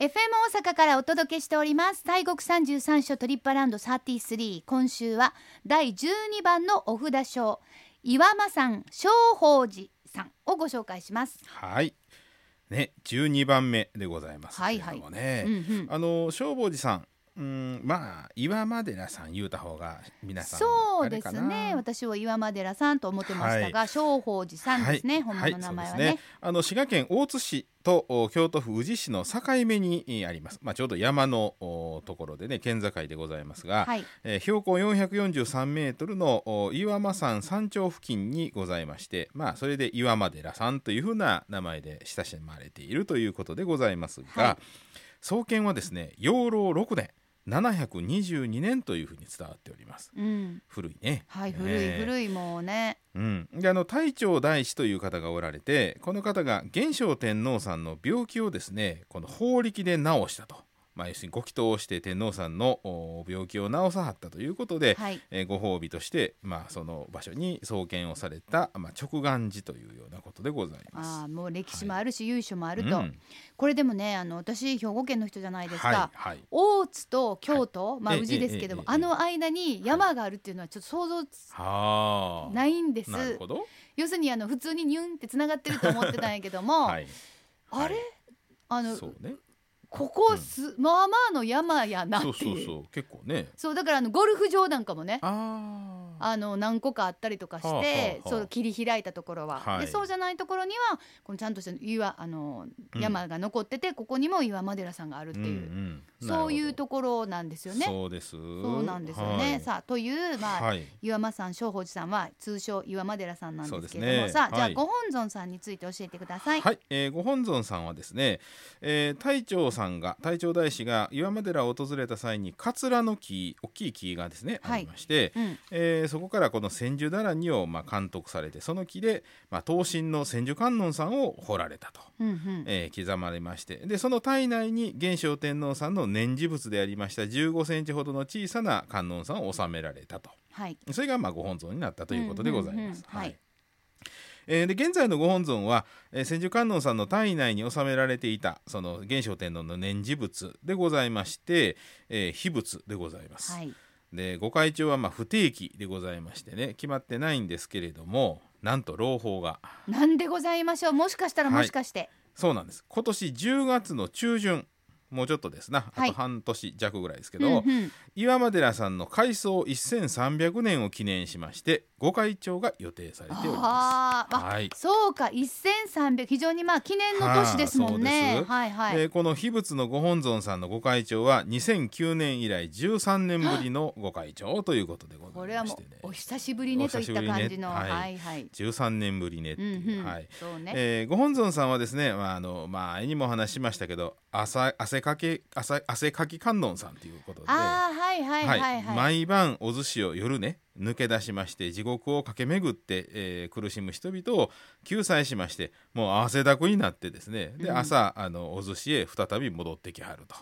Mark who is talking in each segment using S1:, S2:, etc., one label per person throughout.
S1: FM 大阪からお届けしております大国三十三所トリップアラウンド33今週は第12番のお札賞岩間さん正宝寺さんをご紹介します
S2: はい。ね、12番目でございます
S1: はい
S2: け
S1: はい
S2: れどもね、
S1: うんうん
S2: あの消防寺さん、うん、まあ岩間寺さん言うた方が皆さん
S1: そう
S2: あれ
S1: で
S2: か
S1: す
S2: な
S1: ね私は岩間寺さんと思ってましたが、正宝寺さんですね、本物の名前はね,、
S2: そうですあの滋賀県大津市とお京都府宇治市の境目にえーあります。まあちょうど山のおところでね県境でございますが、
S1: はい
S2: えー標高443メートルのお岩間山山頂付近にございまして、まあそれで岩間寺さんというふうな名前で親しまれているということでございますが、
S1: はい
S2: 創建はですね養老6年722年というふうに伝わっております。
S1: うん
S2: 古いね。
S1: はい
S2: ね
S1: 古い古いもうね
S2: うん、であの太長大師という方がおられてこの方が元正天皇さんの病気をですねこの法力で治したと、まあ、要するにご祈祷をして天皇さんのお病気を治さはったということで、
S1: はい
S2: えーご褒美として、まあ、その場所に創建をされた、まあ、直願寺というようなことでござい
S1: あ
S2: ま
S1: あもう歴史もあるし、由緒もあ
S2: す。
S1: ると、
S2: うん
S1: これでもねあの私兵庫県の人じゃないですか、
S2: はいはい
S1: 大津と京都、まあ
S2: ええ
S1: 宇治ですけども、
S2: ええええ
S1: あの間に山があるっていうのはちょっと想像つ
S2: はあ
S1: ないんです
S2: なるほど、
S1: 要するにあの普通にニュンってつながってると思ってたんやけども、
S2: はい、
S1: あれ
S2: はい
S1: あの
S2: そうね
S1: ここす、まあまあの山やなって
S2: そ
S1: いうう
S2: そうそう結構ね
S1: そうだからあのゴルフ場なんかもね
S2: ああ
S1: あの何個かあったりとかして、
S2: はあはあはあ
S1: そう切り開いたところは、
S2: はい
S1: でそうじゃないところにはこのちゃんとした岩あの
S2: うん
S1: 山が残ってて、ここにも岩間寺さんがあるっていう、
S2: んうん
S1: そうい
S2: なるほ
S1: う
S2: ど
S1: ところなんですよね。
S2: そうです。
S1: そうなんですよね。
S2: はい
S1: さあというまあ、
S2: はい。
S1: 岩間さん正宝寺さんは通称岩間寺さんなんですけれども、
S2: そうですね
S1: さあじゃあ、
S2: はい
S1: ご本尊さんについて教えてください。
S2: はい、えーご本尊さんはですね、えー、太長さんが太長大師が岩間寺を訪れた際にカツラの木大きい木がですね、
S1: はい
S2: ありまして、
S1: うん、
S2: えーそこからこの千住だらにをまあ監督されてその木で、まあ、東進の千住観音さんを彫られたと、
S1: うんうん
S2: えー刻まれましてでその体内に元正天皇さんの念持仏でありました15センチほどの小さな観音さんを収められたと。
S1: はい
S2: それがまあご本尊になったということでござい
S1: うんうんう
S2: ま
S1: ん
S2: す。
S1: はい。
S2: えーで現在のご本尊は、えー千手観音さんの体内に収められていたその元正天皇の念持仏でございまして、えー秘仏でございます、
S1: はい
S2: でご開帳はまあ不定期でございましてね決まってないんですけれどもなんと朗報が
S1: なんでございましょうもしかしたら
S2: はい
S1: もしかして、
S2: そうなんです今年10月の中旬もうちょっとですなあ
S1: はい
S2: と半年弱ぐらいですけ
S1: う
S2: ど、
S1: んうん
S2: 岩間寺さんの開創1300年を記念しましてご開帳が予定されております。
S1: あーあ
S2: はい
S1: そうか1300非常にまあ記念の年ですもん
S2: はあそう
S1: ね
S2: です
S1: はいはい、
S2: えーこの秘仏のご本尊さんのご開帳は2009年以来13年ぶりのご開帳ということでご
S1: こ
S2: ざ
S1: れ
S2: い
S1: は
S2: ま
S1: も
S2: してね
S1: うお久しぶりね
S2: お
S1: と
S2: 久
S1: いっ
S2: したぶりね
S1: 感じの、
S2: はい
S1: はいはい、
S2: 13年ぶりねって
S1: うん
S2: いう、
S1: うん
S2: はい
S1: そうね、
S2: えーご本尊さんはですね、まああのまあ、前にもお話ししましたけど汗汗かけ汗汗かき観音さんということで。
S1: ああはいはいはいはい、
S2: 毎晩お寿司を夜ね抜け出しまして地獄を駆け巡って、えー苦しむ人々を救済しましてもう汗だくになってですねで
S1: うん
S2: 朝、あのお寿司へ再び戻ってきはると。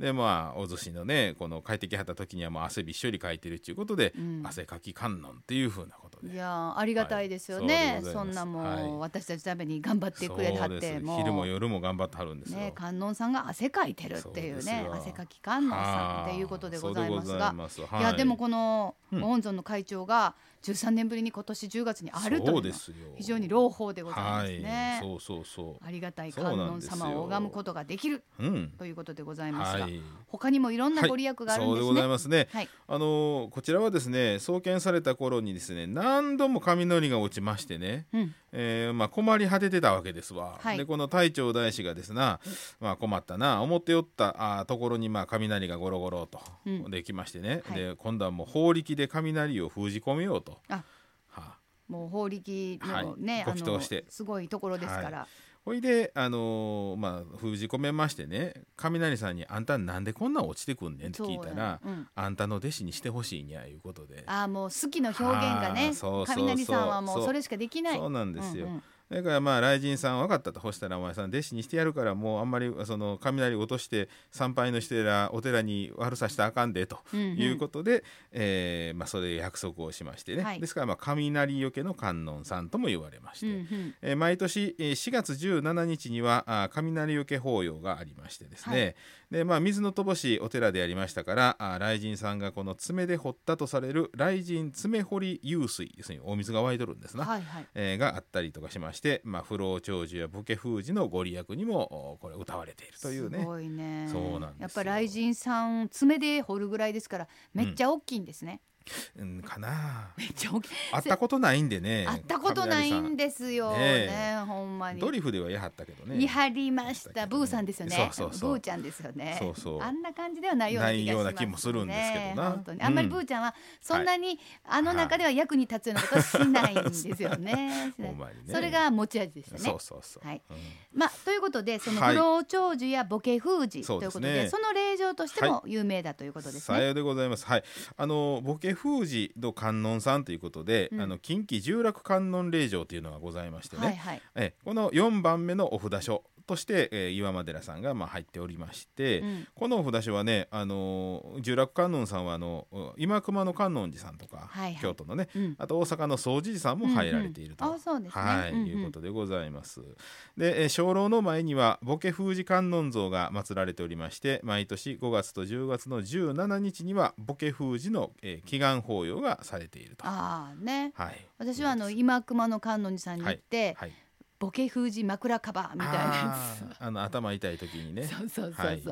S2: でまあお寿司のねこの帰ってきはった時にはもう汗びっしょりかいてるっていうことで、
S1: うん
S2: 汗かき観音っていうふうなこと
S1: い
S2: で。
S1: やーありがたいですよね、
S2: はいそうでござい
S1: そ
S2: ます
S1: んなもう、
S2: はい
S1: 私たちのために頑張って
S2: そ
S1: くれはっ
S2: う
S1: て
S2: です
S1: もう
S2: 昼も夜も頑張ってはるんですよ。
S1: ね観音さんが汗かいてるっていうね
S2: そうですよ
S1: 汗かき観音さんっていうことでございますが
S2: あーそうでございま
S1: い
S2: す
S1: やでもこの
S2: うん
S1: ご本尊の会長が13年ぶりに今年10月にあるというの
S2: そ
S1: は
S2: うですよ
S1: 非常に朗報でございますね
S2: は、い、そうそうそ
S1: ありがたい観音様を拝むことができる
S2: う。うん。
S1: ということでございますが、
S2: はい。
S1: 他にもいろんな
S2: はい
S1: ご利益があるんです
S2: そうでござい
S1: ね。
S2: ますね。
S1: はい
S2: あのーこちらはですね、創建された頃にですね、何度も雷が落ちましてね。
S1: うん
S2: えーまあ、困り果ててたわけですわ、
S1: はい
S2: でこの太長大師がですな、まあ、困ったな思っておったあーところにまあ雷がゴロゴロと
S1: うん
S2: できましてね、
S1: はい
S2: で今度はもう法力で雷を封じ込めようと
S1: あ
S2: は
S1: もう法力のね、
S2: はい
S1: あ
S2: ご祈
S1: の
S2: 祷して
S1: すごいところですから、
S2: ほいで、あのーまあ、封じ込めましてね雷さんに「あんたなんでこんなん落ちてくんねん」って聞いたら「
S1: そうだうん
S2: あんたの弟子にしてほしいにゃ」いうことで
S1: ああもう好きの表現がね
S2: あーそうそうそう
S1: 雷さんはもうそれしかできない
S2: そうなんですよ。
S1: うんうん
S2: だからまあ雷神さん分かったと干したらお前さん弟子にしてやるからもうあんまりその雷落として参拝のしてらお寺に悪さしたらあかんでと
S1: うんうん
S2: いうことで、えーまあ、それ約束をしましてね、
S1: はい
S2: ですからまあ雷よけの観音さんとも言われまして、
S1: うんうん
S2: えー毎年えー4月17日にはあー雷よけ法要がありましてですね、
S1: は
S2: でまあ、水の乏しいお寺でありましたからあー雷神さんがこの爪で掘ったとされる雷神爪掘り湧水ですねお水が湧いとるんですな、
S1: はいはい
S2: えーがあったりとかしまして、まあ、不老長寿やボケ封じのご利益にもおこれ歌われているという
S1: す
S2: ね
S1: ごいね
S2: そうなんですよ
S1: やっぱ雷神さん爪で掘るぐらいですからめっちゃ大きいんですね、
S2: うんか な
S1: めっちゃ大きい
S2: あったことないんでね
S1: 会ったことないんですよね
S2: ね
S1: ほんま
S2: 雷さん
S1: に
S2: ドリフではやはったけどね
S1: 見張りましたブーさんですよね
S2: そうそうそう
S1: ブーちゃんですよね
S2: そうそう
S1: あんな感じではないような気がします、ね、
S2: ないような気もするんですけどな
S1: 本当に
S2: うん
S1: あんまりブーちゃんはそんなに、あの中では役に立つようなことはしないんですよね
S2: ほんまにね
S1: それが持ち味でしたね
S2: そうそうそう、
S1: はい
S2: うん
S1: まあ、ということでその
S2: はい
S1: 不老長寿やボケ封じということで,、
S2: そうですね
S1: その霊場としても有名だということです
S2: さ
S1: ね。
S2: ようでございます。はい、あのボケ封じの観音さんということで、
S1: うん
S2: あの近畿十楽観音霊場というのがございましてね。
S1: はいはい
S2: えこの4番目のお札所として、えー岩間寺さんがまあ入っておりまして、
S1: うん
S2: このお札所はね、あのー十楽観音さんはあのうん今熊野観音寺さんとか、
S1: はいはい
S2: 京都のね
S1: うん
S2: あと大阪の総持寺さんも入られていると、
S1: うんうんあそうですね
S2: はい、
S1: うんうん
S2: いうことでございます。で、えー鐘楼の前にはボケ封じ観音像が祀られておりまして、毎年5月と10月の17日にはボケ封じの、えー祈願法要がされていると。は
S1: ああね
S2: い。
S1: 私はあの今熊野観音寺さんに行って、
S2: はい。
S1: ボケ封じ枕カバーみたいなやつ。
S2: あーあの頭痛い時にね。
S1: そうそうそうそう、
S2: はい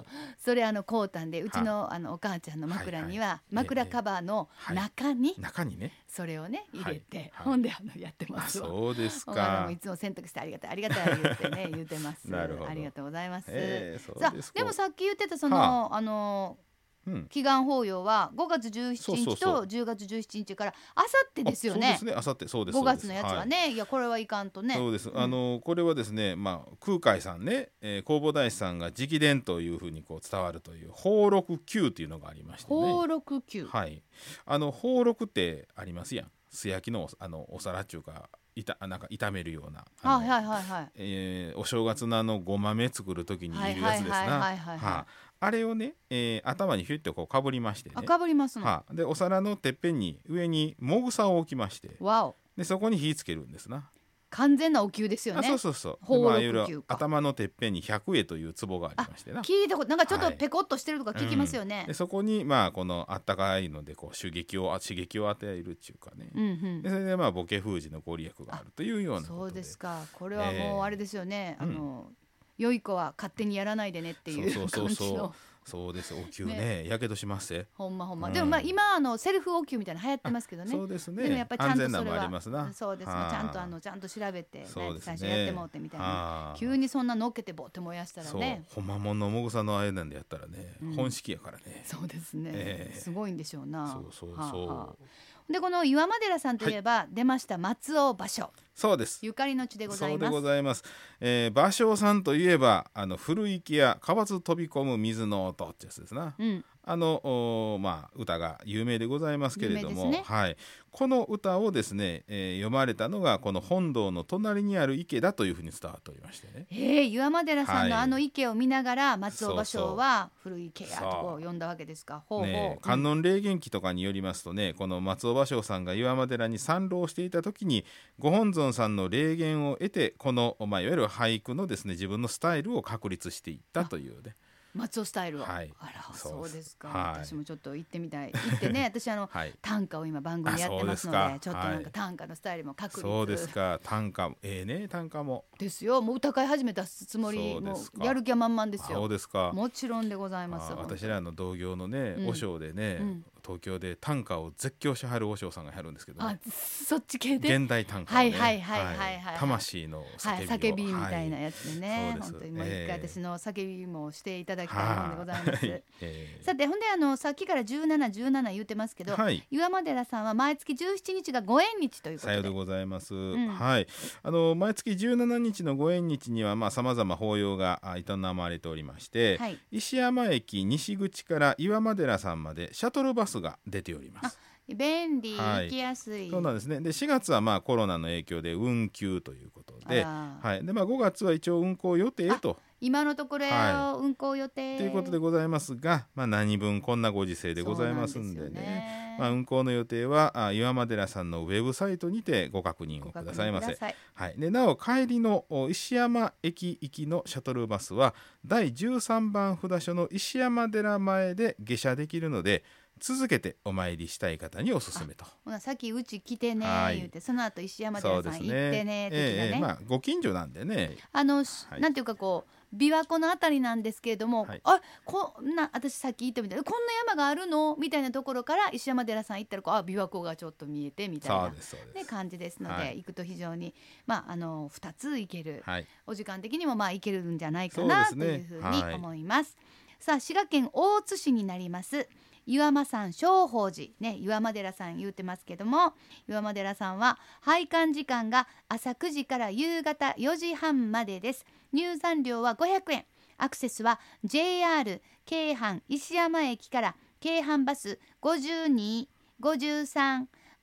S1: それあのこうたんでうちのあのお母ちゃんの枕には
S2: はいはい
S1: 枕カバーの中に
S2: 中にね。
S1: それをね入れ
S2: はい
S1: て
S2: はい
S1: ほんであのやってま
S2: あ、
S1: すわ。
S2: そうです
S1: お母さん
S2: か
S1: もい。つも洗濯してありがたいありがたい言ってね言ってます。
S2: なるほど
S1: ありがとうございます。
S2: えーそう
S1: さあ
S2: ですか
S1: でもさっき言ってたその、
S2: は
S1: あの
S2: うん。
S1: 祈願法要は5月17
S2: そうそう
S1: 日
S2: そ
S1: と
S2: う
S1: 10月17日からあさってですよ
S2: あ
S1: ね
S2: そうですね。あさってそうです。
S1: 5月のやつ
S2: そうで
S1: は
S2: すい
S1: ね、い、やこれはいかんとね
S2: そうです、
S1: ん
S2: あのこれはですね、まあ、空海さんね、えー、弘法大師さんが直伝というふうにこう伝わるという宝禄宮というのがありましてね
S1: 宝禄宮
S2: はいあの宝禄ってありますやん素焼きのおあのお皿っていうかいたなんか炒めるようなあ
S1: あ
S2: の
S1: はいはいはいはい
S2: えーお正月のあのごまめ作る時にいるやつですな
S1: はいはいはいはいはい
S2: はああれをね、えー頭にヒュッとこうかぶりましてね
S1: 赤ぶりますの
S2: はあでお皿のてっぺんに上にもぐさを置きまして
S1: わお
S2: でそこに火つけるんですな
S1: 完全なお灸ですよ
S2: あ
S1: ね
S2: そうそうそう
S1: 宝禄
S2: まあいろいろ
S1: 球か
S2: 頭のてっぺんに百会という壺がありましてな
S1: 聞いたことなんかちょっと
S2: はい
S1: ペコっとしてるとか聞きますよね、
S2: でそこにまあこのあったかいのでこう刺激をあ刺激を与えるっていうかね、
S1: うんうん
S2: でそれでまあボケ封じのご利益があるというようなこと
S1: そう
S2: で
S1: ですかこれはもうあれですよね、
S2: え
S1: あの良い子は勝手にやらないでねっていう
S2: そうそ
S1: 感
S2: うそう
S1: じ
S2: そう
S1: の
S2: そうですお灸ねやけどしますぜ
S1: ほんまほんま、
S2: うん
S1: でもまあ今あのセルフお灸みたいなの流行ってますけどね
S2: そうですね
S1: でもやっぱりちゃ
S2: 安
S1: んと
S2: 全
S1: それ
S2: なのもあ
S1: は
S2: りますな
S1: そうですね
S2: はあ
S1: ちゃんとあのちゃんと調べて、ね
S2: そうです
S1: 最
S2: ね
S1: 初やってもうってみたいな
S2: あー
S1: 急にそんなのっけてぼって燃やしたら
S2: そう
S1: ね
S2: ほんまもんのもぐさのあれなんでやったらね、
S1: うん
S2: 本式やからね
S1: そうですね、
S2: ええ
S1: すごいんでしょうな
S2: そうそうそう、
S1: はあはあでこの岩間寺さんといえば、出ました松尾芭蕉
S2: そうです
S1: ゆかりの地でござい
S2: そう
S1: ま
S2: ですございます。えー、芭蕉さんといえば、あの古池や川津飛び込む水の音ってやつですな。
S1: うん
S2: あのおーまあ歌が有名でございますけれ
S1: 有
S2: ど
S1: 名
S2: も、
S1: ですね
S2: はい、この歌をですね、えー読まれたのがこの本堂の隣にある池だというふうに伝わっておりましてね。
S1: ええ岩間寺さんの
S2: はい
S1: あの池を見ながら松尾芭
S2: そう
S1: 蕉
S2: そう
S1: は古い池やとこ
S2: そう
S1: う呼んだわけですか。ほうほう。
S2: ねえ、
S1: うん
S2: 観音霊元記とかによりますとねこの松尾芭蕉さんが岩間寺に参籠していた時にご本尊さんの霊言を得てこの、まあ、いわゆる俳句のですね自分のスタイルを確立していったというね。
S1: 松尾スタイルを。
S2: はい
S1: あら
S2: そう
S1: そう
S2: です
S1: ですか、
S2: はい
S1: 私もちょっと行ってみたい。行 ってね私あの、
S2: はい
S1: 短歌を今番組やってますので
S2: あそうです
S1: ちょ
S2: か
S1: っとなん
S2: は
S1: か
S2: い
S1: 短歌のスタイルも確立
S2: そうですか短歌もええね短歌も
S1: ですよ。もう歌会始めたつもり
S2: そうで
S1: も
S2: すか
S1: うやる気は満々です
S2: そう
S1: よ。
S2: ですか
S1: もちろんでございます。
S2: あ私らの同業のね
S1: うん
S2: 和尚でね、
S1: うん
S2: 東京で短歌を絶叫しはる和尚さんがやるんですけどね、
S1: あそっち系で。
S2: 現代短歌を
S1: は
S2: ね、
S1: いはいはいはいはい
S2: 魂の
S1: はい、
S2: 叫び
S1: 叫
S2: を
S1: びみたいなやつでね、
S2: はい
S1: 本
S2: そう
S1: 当
S2: です
S1: にもう一回
S2: ええ
S1: 私の叫びもしていただきたいもんでござい
S2: は
S1: ます。
S2: いえ
S1: さてほんであのさっきから1717言ってますけ
S2: え
S1: ど、
S2: はい
S1: 岩間寺さんは毎月17日がご縁日ということ
S2: さよ
S1: で
S2: うでございます。
S1: ん
S2: はい、あの毎月17日のご縁日にはまあ様々法要があ営まれておりまして、
S1: はい
S2: 石山駅西口から岩間寺さんまでシャトルバスが出ております。
S1: 便利、
S2: はい
S1: 行きやすい
S2: そうなんですねで4月はまあコロナの影響で運休ということで,、
S1: あら
S2: はいでまあ、5月は一応運行予定と
S1: 今のところ
S2: は
S1: 運行予定、
S2: ということでございますが、まあ、何分こんなご時世でございますんで
S1: そうな
S2: ね
S1: んですよね
S2: まあ、運行の予定はあ岩間寺さんのウェブサイトにてご確認を
S1: ご
S2: く
S1: 確認
S2: ださいま
S1: く
S2: せ
S1: だ。さい
S2: はい、でなお帰りのお石山駅行きのシャトルバスは第13番札所の石山寺前で下車できるので続けてお参りしたい方におすすめと。
S1: ほなさっきうち来てね
S2: はい
S1: 言ってその後石山
S2: そ
S1: 寺
S2: うで
S1: さん
S2: す
S1: 行ってね
S2: ね
S1: 的なね
S2: ええええまあ、ご近所なんでね
S1: あの、し
S2: はい
S1: なんていうかこう琵琶湖のあたりなんですけれども、
S2: はい
S1: あこんな私さっき言ってみたいこんな山があるのみたいなところから石山寺さん行ったらこうあ琵琶湖がちょっと見えてみたい
S2: そ
S1: な
S2: うですそうで
S1: ね
S2: す。
S1: 感じですので、
S2: はい
S1: 行くと非常にまああの二つ行ける、
S2: はい、
S1: お時間的にもまあ行けるんじゃないかな、
S2: そう
S1: と
S2: です
S1: い
S2: ね
S1: うふうに思います。さあ滋賀県大津市になります岩間山正法寺ね岩間寺さん言うてますけども岩間寺さんは拝観時間が朝9時から夕方4時半までです入山料は500円アクセスは JR 京阪石山駅から京阪バス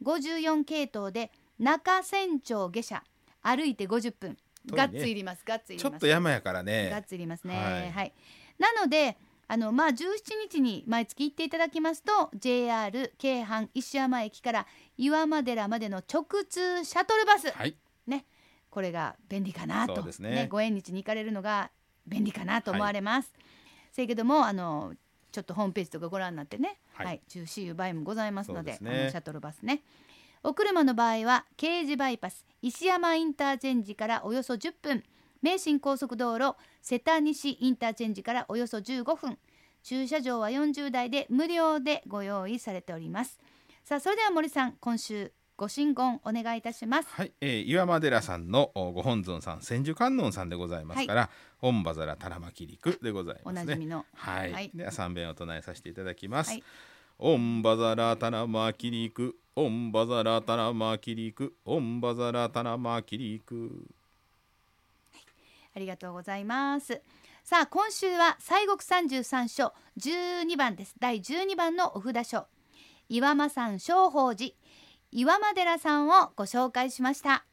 S1: 525354系統で中山町下車歩いて50分
S2: 遠いね
S1: がっついりますがっついり
S2: ちょ
S1: ます
S2: っと山やから
S1: がっ
S2: ね
S1: つりますね。は、
S2: はいい
S1: なので、あのまあ17日に毎月行っていただきますと、JR 京阪石山駅から岩間寺までの直通シャトルバス、
S2: はい
S1: これが便利かなと
S2: そうですね
S1: ご縁日に行かれるのが便利かなと思われます。せやけどもあのちょっとホームページとかご覧になってね、は、
S2: はいい
S1: 中止いう場合もございますので、
S2: そうですね
S1: あのシャトルバスね。お車の場合は京ジバイパス石山インターチェンジからおよそ10分名神高速道路瀬田西インターチェンジからおよそ15分駐車場は40台で無料でご用意されておりますさあそれでは森さん今週ご神言お願いいたします
S2: はい、えー岩間寺さんのおご本尊さん千手観音さんでございますから、本場皿たらまきりくでござい
S1: お
S2: ます
S1: なじ
S2: ね
S1: み。の
S2: はい、
S1: はい
S2: では三遍を唱えさせていただきます。
S1: はい
S2: オンバザラタラマキリク、オンバザラタラマキリク、オンバザラタラマキリク。
S1: ありがとうございます。さあ今週は西国三十三所十二番です。第十二番のお札書岩間山正法寺岩間寺さんをご紹介しました。